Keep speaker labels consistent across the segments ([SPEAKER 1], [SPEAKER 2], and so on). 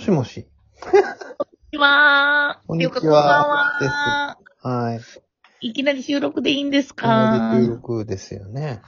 [SPEAKER 1] しもし。
[SPEAKER 2] こんにちは。
[SPEAKER 1] こんにちは
[SPEAKER 2] ていうかこんばんは。
[SPEAKER 1] はい。
[SPEAKER 2] いきなり収録でいいんです
[SPEAKER 1] これで
[SPEAKER 2] か
[SPEAKER 1] 16ですよね。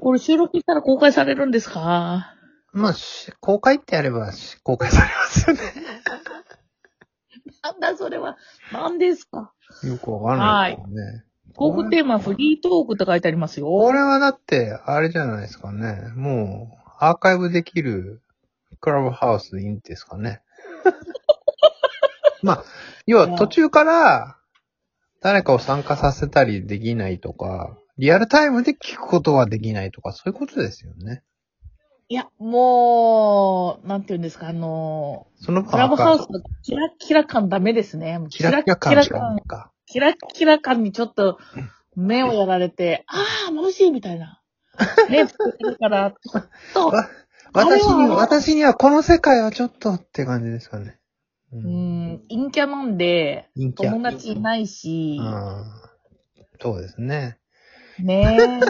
[SPEAKER 2] これ収録したら公開されるんですか
[SPEAKER 1] まあ、し公開ってやればし公開されますよね。
[SPEAKER 2] なんだそれは。なんですか
[SPEAKER 1] よくわかんないですよね。
[SPEAKER 2] トークテーマフリートークって書いてあります
[SPEAKER 1] こ
[SPEAKER 2] よ。
[SPEAKER 1] れはだって、あれじゃないですかね。もう、アーカイブできるクラブハウスでいいんですか ね。まあ、要は途中から誰かを参加させたりできないとか、リアルタイムで聞くことはできないとか、そういうことですよね。
[SPEAKER 2] いや、もう、なんて言うんですか、あの、
[SPEAKER 1] その
[SPEAKER 2] クラブハウスのキラキラ感ダメですね。もう
[SPEAKER 1] キラキラ
[SPEAKER 2] キ
[SPEAKER 1] 感
[SPEAKER 2] ラキラ
[SPEAKER 1] があ
[SPEAKER 2] 感
[SPEAKER 1] る、か。
[SPEAKER 2] キラキラ感にちょっと目をやられて、あー、眩しいみたいな。 ね、作ってるから、ちょっ と。
[SPEAKER 1] 私
[SPEAKER 2] あれ
[SPEAKER 1] に、
[SPEAKER 2] は
[SPEAKER 1] 私にはこの世界はちょっとって感じですかね。う
[SPEAKER 2] う。ん、陰キャなんで、
[SPEAKER 1] 人気ある
[SPEAKER 2] 友達いないし、
[SPEAKER 1] うん。そうですね。
[SPEAKER 2] ねえ、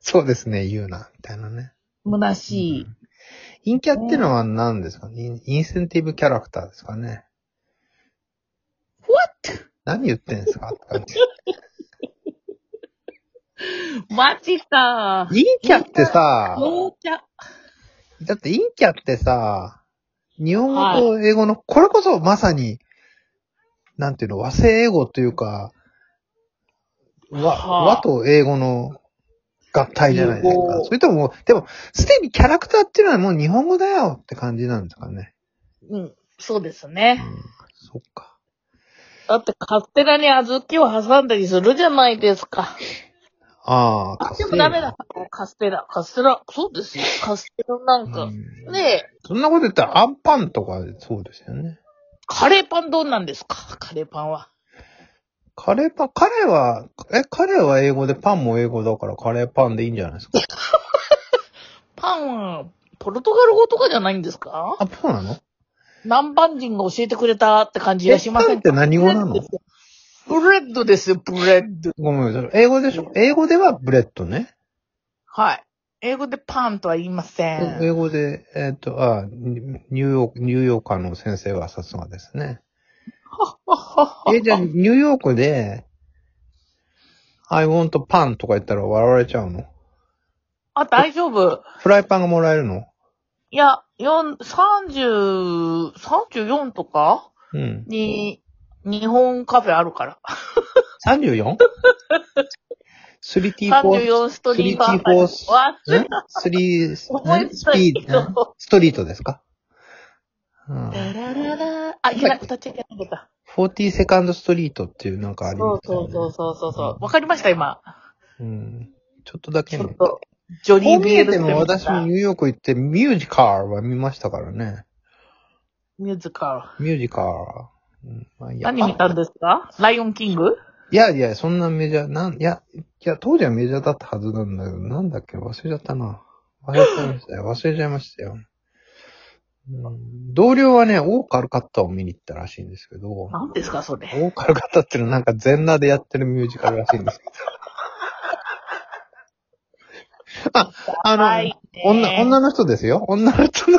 [SPEAKER 1] そうですね、言うな、みたいなね。
[SPEAKER 2] 虚しい。
[SPEAKER 1] 陰キャってのは何ですかねインインセンティブキャラクターですかね。
[SPEAKER 2] What?
[SPEAKER 1] 何言ってんですかって感じ。
[SPEAKER 2] マジか。
[SPEAKER 1] 陰キャって さ、
[SPEAKER 2] 陽キャ。
[SPEAKER 1] だって陰キャってさ、日本語と英語の、これこそまさに、なんていうの、和製英語というか、和、
[SPEAKER 2] はあ
[SPEAKER 1] 和と英語の合体じゃないです
[SPEAKER 2] 英
[SPEAKER 1] か。
[SPEAKER 2] 語
[SPEAKER 1] それとも、でも、すでにキャラクターっていうのはもう日本語だよって感じなんですかね。
[SPEAKER 2] うん、そうです
[SPEAKER 1] うん
[SPEAKER 2] ね。、
[SPEAKER 1] そっか。
[SPEAKER 2] だって勝手なに小豆を挟んだりするじゃないですか。
[SPEAKER 1] ああ、
[SPEAKER 2] あ、
[SPEAKER 1] カステ
[SPEAKER 2] で
[SPEAKER 1] ラ
[SPEAKER 2] もダメだ。。カステラ、カステラ、そうですよ。カステラなん
[SPEAKER 1] う
[SPEAKER 2] か。
[SPEAKER 1] ん
[SPEAKER 2] で、
[SPEAKER 1] そんなこと言ったらアンパンとかそうですよね。
[SPEAKER 2] カレーパンどうなんですかカレーパンは。
[SPEAKER 1] カレーパン、彼は、え、彼は英語でパンも英語だからカレーパンでいいんじゃないですか。
[SPEAKER 2] パンは、ポルトガル語とかじゃないんですか
[SPEAKER 1] あ、そうなの
[SPEAKER 2] 南蛮人が教えてくれたって感じがしません
[SPEAKER 1] えパンって何語なの
[SPEAKER 2] ブレッドですよ、ブレッド。
[SPEAKER 1] ごめんなさい。英語でしょ英語ではブレッドね。
[SPEAKER 2] はい。英語でパンとは言いませ
[SPEAKER 1] 英
[SPEAKER 2] ん。
[SPEAKER 1] 語で、えっ、と、あ、ニニューヨーク、ニューヨーカーの先生がさすがです ね。え、じゃあ、ニューヨークで、I want pan とか言ったら笑われちゃうの
[SPEAKER 2] あ、大丈夫。
[SPEAKER 1] フライパンがもらえるの
[SPEAKER 2] いや、四30、34とか
[SPEAKER 1] うん。
[SPEAKER 2] に、日本カフェあるから。
[SPEAKER 1] 34? 3T4、
[SPEAKER 2] 34ストリート。
[SPEAKER 1] 3T4
[SPEAKER 2] わ
[SPEAKER 1] ん ?3、ん
[SPEAKER 2] 思い
[SPEAKER 1] ス
[SPEAKER 2] つい
[SPEAKER 1] ピ
[SPEAKER 2] た
[SPEAKER 1] ード、ストリートですかうん。
[SPEAKER 2] ララララあ、いけない、歌っちゃいけなかった。
[SPEAKER 1] 40セカンドストリートっていうなんかあり
[SPEAKER 2] そ
[SPEAKER 1] ま
[SPEAKER 2] う
[SPEAKER 1] す
[SPEAKER 2] そうそううそうそうそう。わかりました、今。
[SPEAKER 1] うん。ちょっとだけ
[SPEAKER 2] ち
[SPEAKER 1] ね
[SPEAKER 2] ょっと、ジョ
[SPEAKER 1] こ
[SPEAKER 2] ニ
[SPEAKER 1] う
[SPEAKER 2] ー・
[SPEAKER 1] 見
[SPEAKER 2] ビエ
[SPEAKER 1] え
[SPEAKER 2] ル
[SPEAKER 1] ても
[SPEAKER 2] って
[SPEAKER 1] 私もニューヨーク行ってミュージカルは見ましたからね。
[SPEAKER 2] ミュージカ
[SPEAKER 1] ミュージカル。うんまあいい
[SPEAKER 2] ル。
[SPEAKER 1] や
[SPEAKER 2] 何見たんですかライオンキング
[SPEAKER 1] いやいや、そんなメジャー、なん、いや、いや、当時はメジャーだったはずなんだけど、なんだっけ、忘れちゃったな。忘れちゃいましたよ。忘れちゃいましたよ。うん、同僚はね、オーカルカッターを見に行ったらしいんですけど、オ
[SPEAKER 2] 何ですか、それ。
[SPEAKER 1] ーカルカッターっていうのはなんか全裸でやってるミュージカルらしいんですけ ど。あ、あの、
[SPEAKER 2] はいね
[SPEAKER 1] 女、女の人ですよ。女の人の。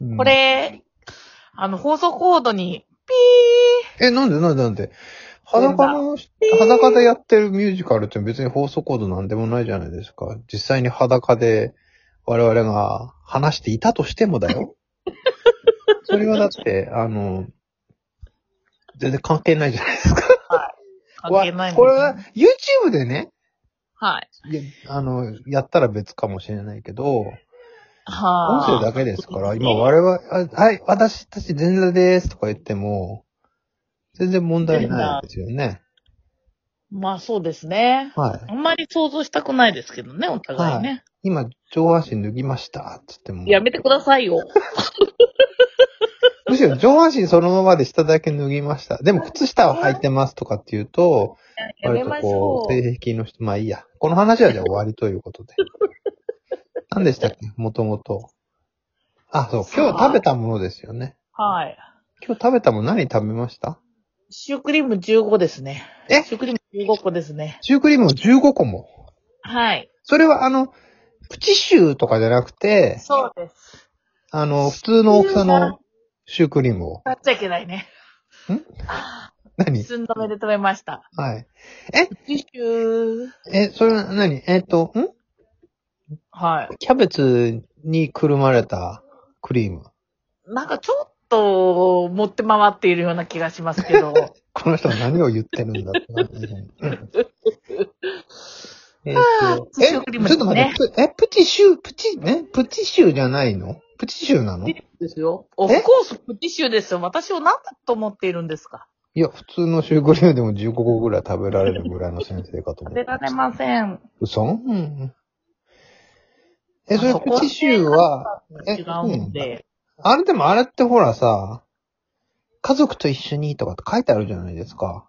[SPEAKER 1] うん
[SPEAKER 2] こ。れ、あの、放送コードに、ピ
[SPEAKER 1] え、なんでなんでなんで裸の人、裸でやってるミュージカルって別に放送コードなんでもないじゃないですか。実際に裸で我々が話していたとしてもだ よ。それはだって、あの、全然関係ないじゃないですか。
[SPEAKER 2] ー関係ない
[SPEAKER 1] わ
[SPEAKER 2] もん
[SPEAKER 1] これは YouTube でね、
[SPEAKER 2] はい。
[SPEAKER 1] いやあの、やったら別かもしれないけど、音声
[SPEAKER 2] は
[SPEAKER 1] だ
[SPEAKER 2] い。
[SPEAKER 1] けですから、
[SPEAKER 2] そうです
[SPEAKER 1] 今
[SPEAKER 2] ね
[SPEAKER 1] 我々、あはい、私たち全裸ですとか言っても、全然問題ないですよね。
[SPEAKER 2] まあ、そうですね。
[SPEAKER 1] はい。
[SPEAKER 2] あんまり想像したくないですけどね、お互いね。
[SPEAKER 1] 今、上半身脱ぎましたって言っても。
[SPEAKER 2] やめてくださいよ。
[SPEAKER 1] むしろ上半身そのままで下だけ脱ぎました。でも靴下は履いてますとかって言うと、
[SPEAKER 2] やめましょう。
[SPEAKER 1] 性癖の人、まあいいや。この話はじゃあ終わりということで。 何でしたっけもともと。あ、そう。今日食べたものですよね。
[SPEAKER 2] はい。
[SPEAKER 1] 今日食べたもの何食べました
[SPEAKER 2] シュークリーム15ですね。
[SPEAKER 1] え
[SPEAKER 2] シュークリーム15個ですね。
[SPEAKER 1] シュークリームを15個も。
[SPEAKER 2] はい。
[SPEAKER 1] それはあの、プチシューとかじゃなくて、
[SPEAKER 2] そうです。
[SPEAKER 1] あの、普通の大きさのシュークリームを。
[SPEAKER 2] 買っちゃいけないね。
[SPEAKER 1] ん
[SPEAKER 2] あー
[SPEAKER 1] 何
[SPEAKER 2] 寸止めで止めました。
[SPEAKER 1] はい。
[SPEAKER 2] ティッシュー。
[SPEAKER 1] え、それは何えっ、と、ん
[SPEAKER 2] はい。
[SPEAKER 1] キャベツにくるまれたクリーム。
[SPEAKER 2] なんかちょっと持って回っているような気がしますけど。
[SPEAKER 1] この人は何を言ってるんだって感じで。うんえっ
[SPEAKER 2] あ
[SPEAKER 1] と
[SPEAKER 2] ーシュークリーム
[SPEAKER 1] えちょっと待って、プえ、プチシュー、プチ、ね、プチシューじゃないのプチシューなのい
[SPEAKER 2] ですよ。オフコースプティッシューですよ。私を何だと思っているんですか
[SPEAKER 1] や、普通のシュークリームでも15個ぐらい食べられるぐらいの先生かと思
[SPEAKER 2] 食
[SPEAKER 1] っ
[SPEAKER 2] べ
[SPEAKER 1] て
[SPEAKER 2] られません。
[SPEAKER 1] 嘘うん。え、そ
[SPEAKER 2] あ
[SPEAKER 1] れ
[SPEAKER 2] そ
[SPEAKER 1] プ
[SPEAKER 2] こは
[SPEAKER 1] チシューは、え、
[SPEAKER 2] 違うん
[SPEAKER 1] うん
[SPEAKER 2] で。
[SPEAKER 1] あれでもあれってほらさ、家族と一緒にとかって書いてあるじゃないですか。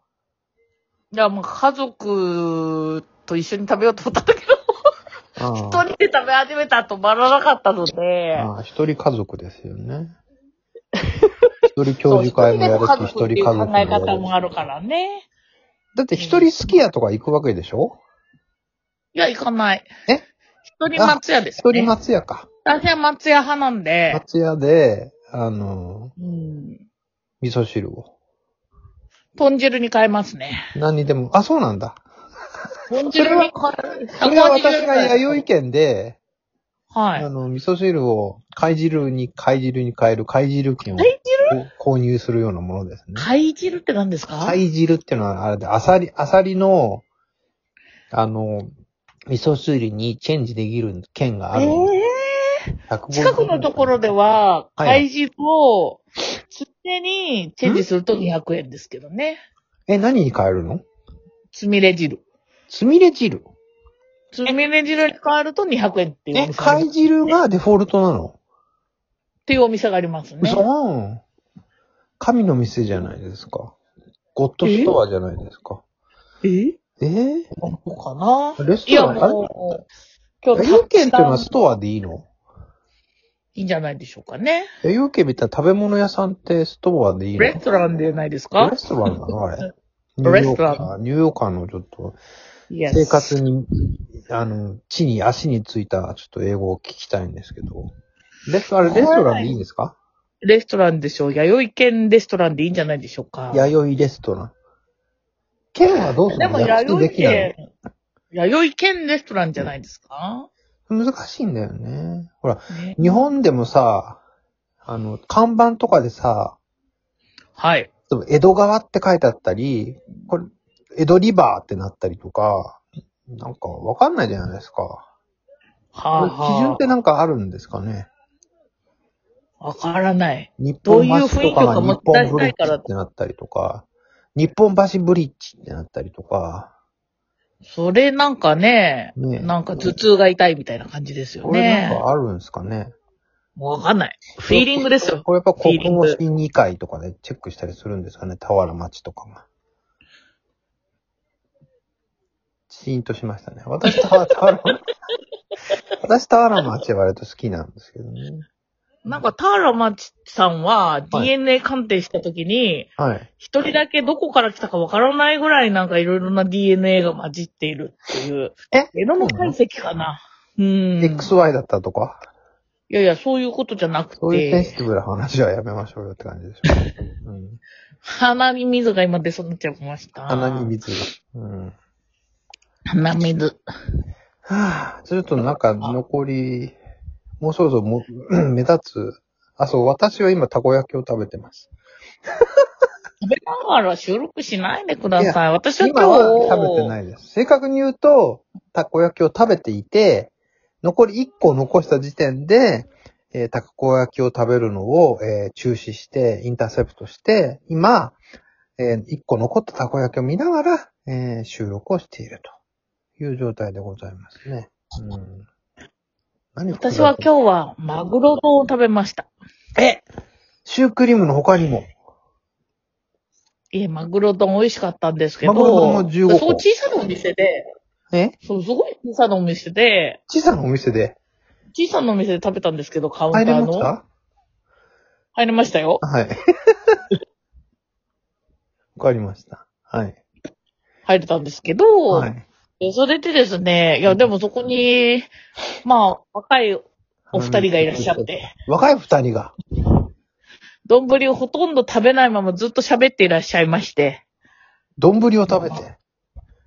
[SPEAKER 2] いや、もう家族と一緒に食べようと思ったんだけど、
[SPEAKER 1] あ
[SPEAKER 2] 一
[SPEAKER 1] ー
[SPEAKER 2] 人で食べ始めたと止まらなかったので、
[SPEAKER 1] あー、一人家族ですよ ね。一人教授会もやるし、一人
[SPEAKER 2] そう一人
[SPEAKER 1] 家族
[SPEAKER 2] でも家族っていう考え方
[SPEAKER 1] も
[SPEAKER 2] も
[SPEAKER 1] や
[SPEAKER 2] あ
[SPEAKER 1] る
[SPEAKER 2] る
[SPEAKER 1] し
[SPEAKER 2] からね。
[SPEAKER 1] だって一人すき家とか行くわけでしょ
[SPEAKER 2] いや、行かない。
[SPEAKER 1] え
[SPEAKER 2] 一人松屋です、
[SPEAKER 1] 一
[SPEAKER 2] ね。
[SPEAKER 1] 人松屋か。
[SPEAKER 2] 私は松屋派なんで、
[SPEAKER 1] 松屋で、あの、
[SPEAKER 2] うん。
[SPEAKER 1] 味噌汁を。
[SPEAKER 2] 豚汁に変えますね。
[SPEAKER 1] 何にでも、あ、そうなんだ。
[SPEAKER 2] 豚汁に変え、
[SPEAKER 1] それは私
[SPEAKER 2] 150ぐら
[SPEAKER 1] が
[SPEAKER 2] い
[SPEAKER 1] 弥生県で、
[SPEAKER 2] はい
[SPEAKER 1] あ。の、味噌汁を貝汁に貝汁に変える貝汁券を
[SPEAKER 2] 貝
[SPEAKER 1] こう購入するようなものですね。
[SPEAKER 2] 貝汁って何ですか
[SPEAKER 1] 貝汁っていうのはあれで、アサリ、アサリの、あの、味噌汁にチェンジできる券があ
[SPEAKER 2] え
[SPEAKER 1] る。
[SPEAKER 2] え
[SPEAKER 1] 150
[SPEAKER 2] 近くのところでは、
[SPEAKER 1] はい
[SPEAKER 2] 貝汁を、つめにチェンジすると200円ですけどね。
[SPEAKER 1] え、何に変えるの
[SPEAKER 2] つみれ汁。
[SPEAKER 1] つみれ汁。
[SPEAKER 2] つみれ汁に変わると200円っていうお
[SPEAKER 1] え、
[SPEAKER 2] 店があり
[SPEAKER 1] 貝汁がデフォルトなの、
[SPEAKER 2] っていうお店がありますね。
[SPEAKER 1] 嘘神の店じゃないですか。ゴッドストアじゃないですか。
[SPEAKER 2] え
[SPEAKER 1] えー
[SPEAKER 2] そうかな
[SPEAKER 1] レス
[SPEAKER 2] いや、
[SPEAKER 1] トラン、あれ
[SPEAKER 2] もう、今
[SPEAKER 1] 弥生県っていうのは
[SPEAKER 2] たくさん
[SPEAKER 1] ストアでいいの
[SPEAKER 2] いいんじゃないでしょうかね。
[SPEAKER 1] え、ユーケみたいな食べ物屋さんってストアでいいの
[SPEAKER 2] レストランでないですか
[SPEAKER 1] レストランなのあれ。
[SPEAKER 2] レストラン
[SPEAKER 1] ニューヨーカーニューヨーカーのちょっと、
[SPEAKER 2] いや
[SPEAKER 1] 生活に、あの、地に足についたちょっと英語を聞きたいんですけど。レストラン、レストランでいいんですか
[SPEAKER 2] レストランでしょう。弥生県レストランでいいんじゃないでしょうか。
[SPEAKER 1] 弥生レストラン。県はどうす
[SPEAKER 2] で
[SPEAKER 1] るの
[SPEAKER 2] も、弥
[SPEAKER 1] 安く
[SPEAKER 2] 生
[SPEAKER 1] できない
[SPEAKER 2] 県、弥生県レストランじゃないですか、
[SPEAKER 1] の難しいんだよね。ほら、
[SPEAKER 2] ね
[SPEAKER 1] 日本でもさ、あの、看板とかでさ、
[SPEAKER 2] はい。
[SPEAKER 1] 例えば江戸川って書いてあったり、これ、江戸リバーってなったりとか、なんかわかんないじゃないですか。
[SPEAKER 2] は
[SPEAKER 1] こ
[SPEAKER 2] あ、
[SPEAKER 1] れ基準
[SPEAKER 2] は
[SPEAKER 1] ってなんかあるんですかね
[SPEAKER 2] あ、わからない。
[SPEAKER 1] 日
[SPEAKER 2] どう
[SPEAKER 1] 本
[SPEAKER 2] いう
[SPEAKER 1] 橋とかが
[SPEAKER 2] 雰囲
[SPEAKER 1] 日
[SPEAKER 2] 気を醸
[SPEAKER 1] 本
[SPEAKER 2] し
[SPEAKER 1] ブ
[SPEAKER 2] 出
[SPEAKER 1] リ
[SPEAKER 2] したい
[SPEAKER 1] ッ
[SPEAKER 2] から
[SPEAKER 1] ジってなったりとか、日本橋ブリッジってなったりとか、
[SPEAKER 2] それなんかね、
[SPEAKER 1] ね
[SPEAKER 2] なんか頭痛が痛いみたいな感じですよ
[SPEAKER 1] これなん
[SPEAKER 2] ね。
[SPEAKER 1] かあるんですかね
[SPEAKER 2] わかんない。フィーリングですよ。
[SPEAKER 1] これやっぱ
[SPEAKER 2] フィーリ
[SPEAKER 1] 国
[SPEAKER 2] ン
[SPEAKER 1] 語
[SPEAKER 2] グ
[SPEAKER 1] 審議会とかでチェックしたりするんですかね田原町とかが。シーンとしましたね。私、田原、田原私、田原町は割と好きなんですけどね。
[SPEAKER 2] なんか、田原町さんは
[SPEAKER 1] はい
[SPEAKER 2] DNA 鑑定した時に、
[SPEAKER 1] はい。
[SPEAKER 2] 一、人だけどこから来たかわからないぐらいなんかいろいろな DNA が混じっているっていう。
[SPEAKER 1] え
[SPEAKER 2] 江戸の解析かな。うん。い
[SPEAKER 1] XY だったとか、
[SPEAKER 2] やいや、そういうことじゃなく
[SPEAKER 1] そういうセン
[SPEAKER 2] て、
[SPEAKER 1] シティブな話はやめましょうよって感じでしょ。うん。
[SPEAKER 2] 鼻に水が今出そうになっちゃいました。
[SPEAKER 1] 鼻に水が。うん。は
[SPEAKER 2] 鼻水。
[SPEAKER 1] あ、ちょっとなんか残り、もうそろそろもう 目立つ。あ、そう、私は今たこ焼きを食べてます。
[SPEAKER 2] 食べながら収録しないでください。私は今
[SPEAKER 1] 今
[SPEAKER 2] 日。
[SPEAKER 1] は食べてないです。正確に言うと、たこ焼きを食べていて、残り1個残した時点で、えーたこ焼きを食べるのを、えー中止して、インターセプトして、今、え1個残ったたこ焼きを見ながら、えー収録をしているという状態でございますね。うん、何
[SPEAKER 2] 私は今日はマグロ丼を食べました。
[SPEAKER 1] 日、えシュークリームの他にも。
[SPEAKER 2] いえ、マグロ丼美味しかったんですけど。
[SPEAKER 1] マグロ丼も15個
[SPEAKER 2] そう、小さなお店で、
[SPEAKER 1] え
[SPEAKER 2] そう、すごい小さなお店で、
[SPEAKER 1] 小さなお店で
[SPEAKER 2] 小さなお店で食べたんですけど、カウンタ
[SPEAKER 1] 入れ
[SPEAKER 2] ー
[SPEAKER 1] ま
[SPEAKER 2] の。
[SPEAKER 1] した
[SPEAKER 2] 入りましたよ。
[SPEAKER 1] はい。 わかりました。はい。
[SPEAKER 2] 入れたんですけど、
[SPEAKER 1] はい。
[SPEAKER 2] でそれでですね、いや、でもそこに、まあ、若いお二人がいらっしゃって。
[SPEAKER 1] 若い二人が。
[SPEAKER 2] 丼をほとんど食べないままずっと喋っていらっしゃいまして。
[SPEAKER 1] 丼を食べて。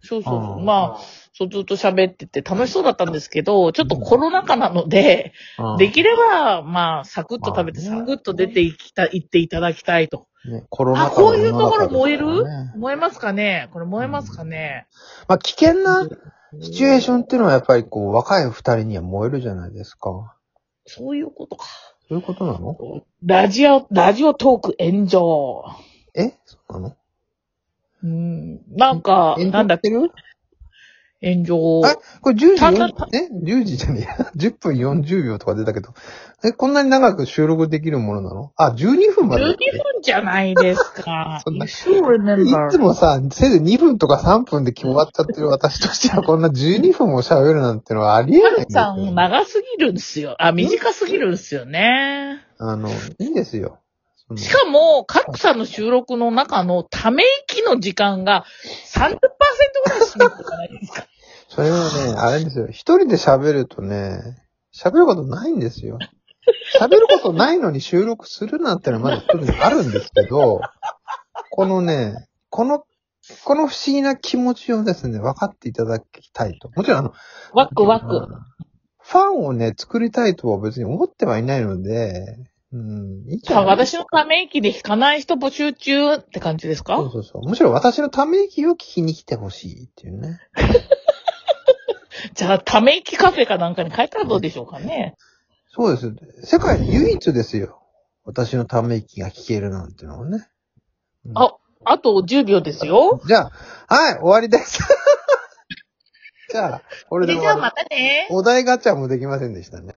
[SPEAKER 2] そうそうそうう。
[SPEAKER 1] ん
[SPEAKER 2] まあ、そうずっと喋ってて楽しそうだったんですけど、ちょっとコロナ禍なので、
[SPEAKER 1] うん
[SPEAKER 2] できれば、まあ、サクッと食べて、
[SPEAKER 1] まあね
[SPEAKER 2] サクッと出ていきた、行っていただきたいと。
[SPEAKER 1] ね、コロナ
[SPEAKER 2] あ、
[SPEAKER 1] 禍の
[SPEAKER 2] こういうところ燃え
[SPEAKER 1] 世の
[SPEAKER 2] る
[SPEAKER 1] 中ですからね
[SPEAKER 2] 燃えますかねこれ燃えますかね
[SPEAKER 1] まあ、危険なシチュエーションっていうのはやっぱりこう、若い二人には燃えるじゃないですか。
[SPEAKER 2] そういうことか。
[SPEAKER 1] そういうことなの
[SPEAKER 2] ラジオ、ラジオトーク炎上。
[SPEAKER 1] えそうなの
[SPEAKER 2] うん。なんか、
[SPEAKER 1] 炎上
[SPEAKER 2] なんだっけ
[SPEAKER 1] してる
[SPEAKER 2] 炎上。
[SPEAKER 1] えこれ10時
[SPEAKER 2] たんだ
[SPEAKER 1] 4、え ?10 時じゃねえや。10分40秒とか出たけど。え、こんなに長く収録できるものなのあ、12分まで。。
[SPEAKER 2] 12分じゃないですか
[SPEAKER 1] そんな
[SPEAKER 2] You should
[SPEAKER 1] い
[SPEAKER 2] remember.
[SPEAKER 1] つもさ、せいぜい2分とか3分で決まっちゃってる私としては、こんな12分も喋るなんてのはありえな
[SPEAKER 2] ハ
[SPEAKER 1] いん
[SPEAKER 2] ル
[SPEAKER 1] です
[SPEAKER 2] さ
[SPEAKER 1] よ、
[SPEAKER 2] ん、長すぎるんですよ。あ、短すぎるんですよね。
[SPEAKER 1] あの、いいんですよ。その
[SPEAKER 2] しかも、カップさんの収録の中のため息の時間が30%ぐらい占めてるじゃないですか。
[SPEAKER 1] それはね、あれですよ。一人で喋るとね、喋ることないんですよ。喋ることないのに収録するなんてのはまだ一つにあるんですけど、このね、この、この不思議な気持ちをですね、分かっていただきたいと。もちろんあの、
[SPEAKER 2] ワクワ
[SPEAKER 1] うん
[SPEAKER 2] ク。
[SPEAKER 1] ファンをね、作りたいとは別に思ってはいないので、うん、いいんじゃ
[SPEAKER 2] さあ、
[SPEAKER 1] ない
[SPEAKER 2] 私のため息で弾かない人募集中って感じですか
[SPEAKER 1] そうそうそう。むしろ私のため息を聞きに来てほしいっていうね。
[SPEAKER 2] じゃあ、ため息カフェかなんかに変えたらどうでしょうかね。
[SPEAKER 1] そうです。世界で唯一ですよ。私のため息が聞けるなんてのはね。うん
[SPEAKER 2] ああと10秒ですよ。
[SPEAKER 1] じゃあ、はい、終わりです。 じゃあ、こ
[SPEAKER 2] そ
[SPEAKER 1] れで
[SPEAKER 2] れ
[SPEAKER 1] 終
[SPEAKER 2] じゃあ
[SPEAKER 1] わ
[SPEAKER 2] ま
[SPEAKER 1] り。
[SPEAKER 2] たね。
[SPEAKER 1] お題ガチャもできませんでしたね。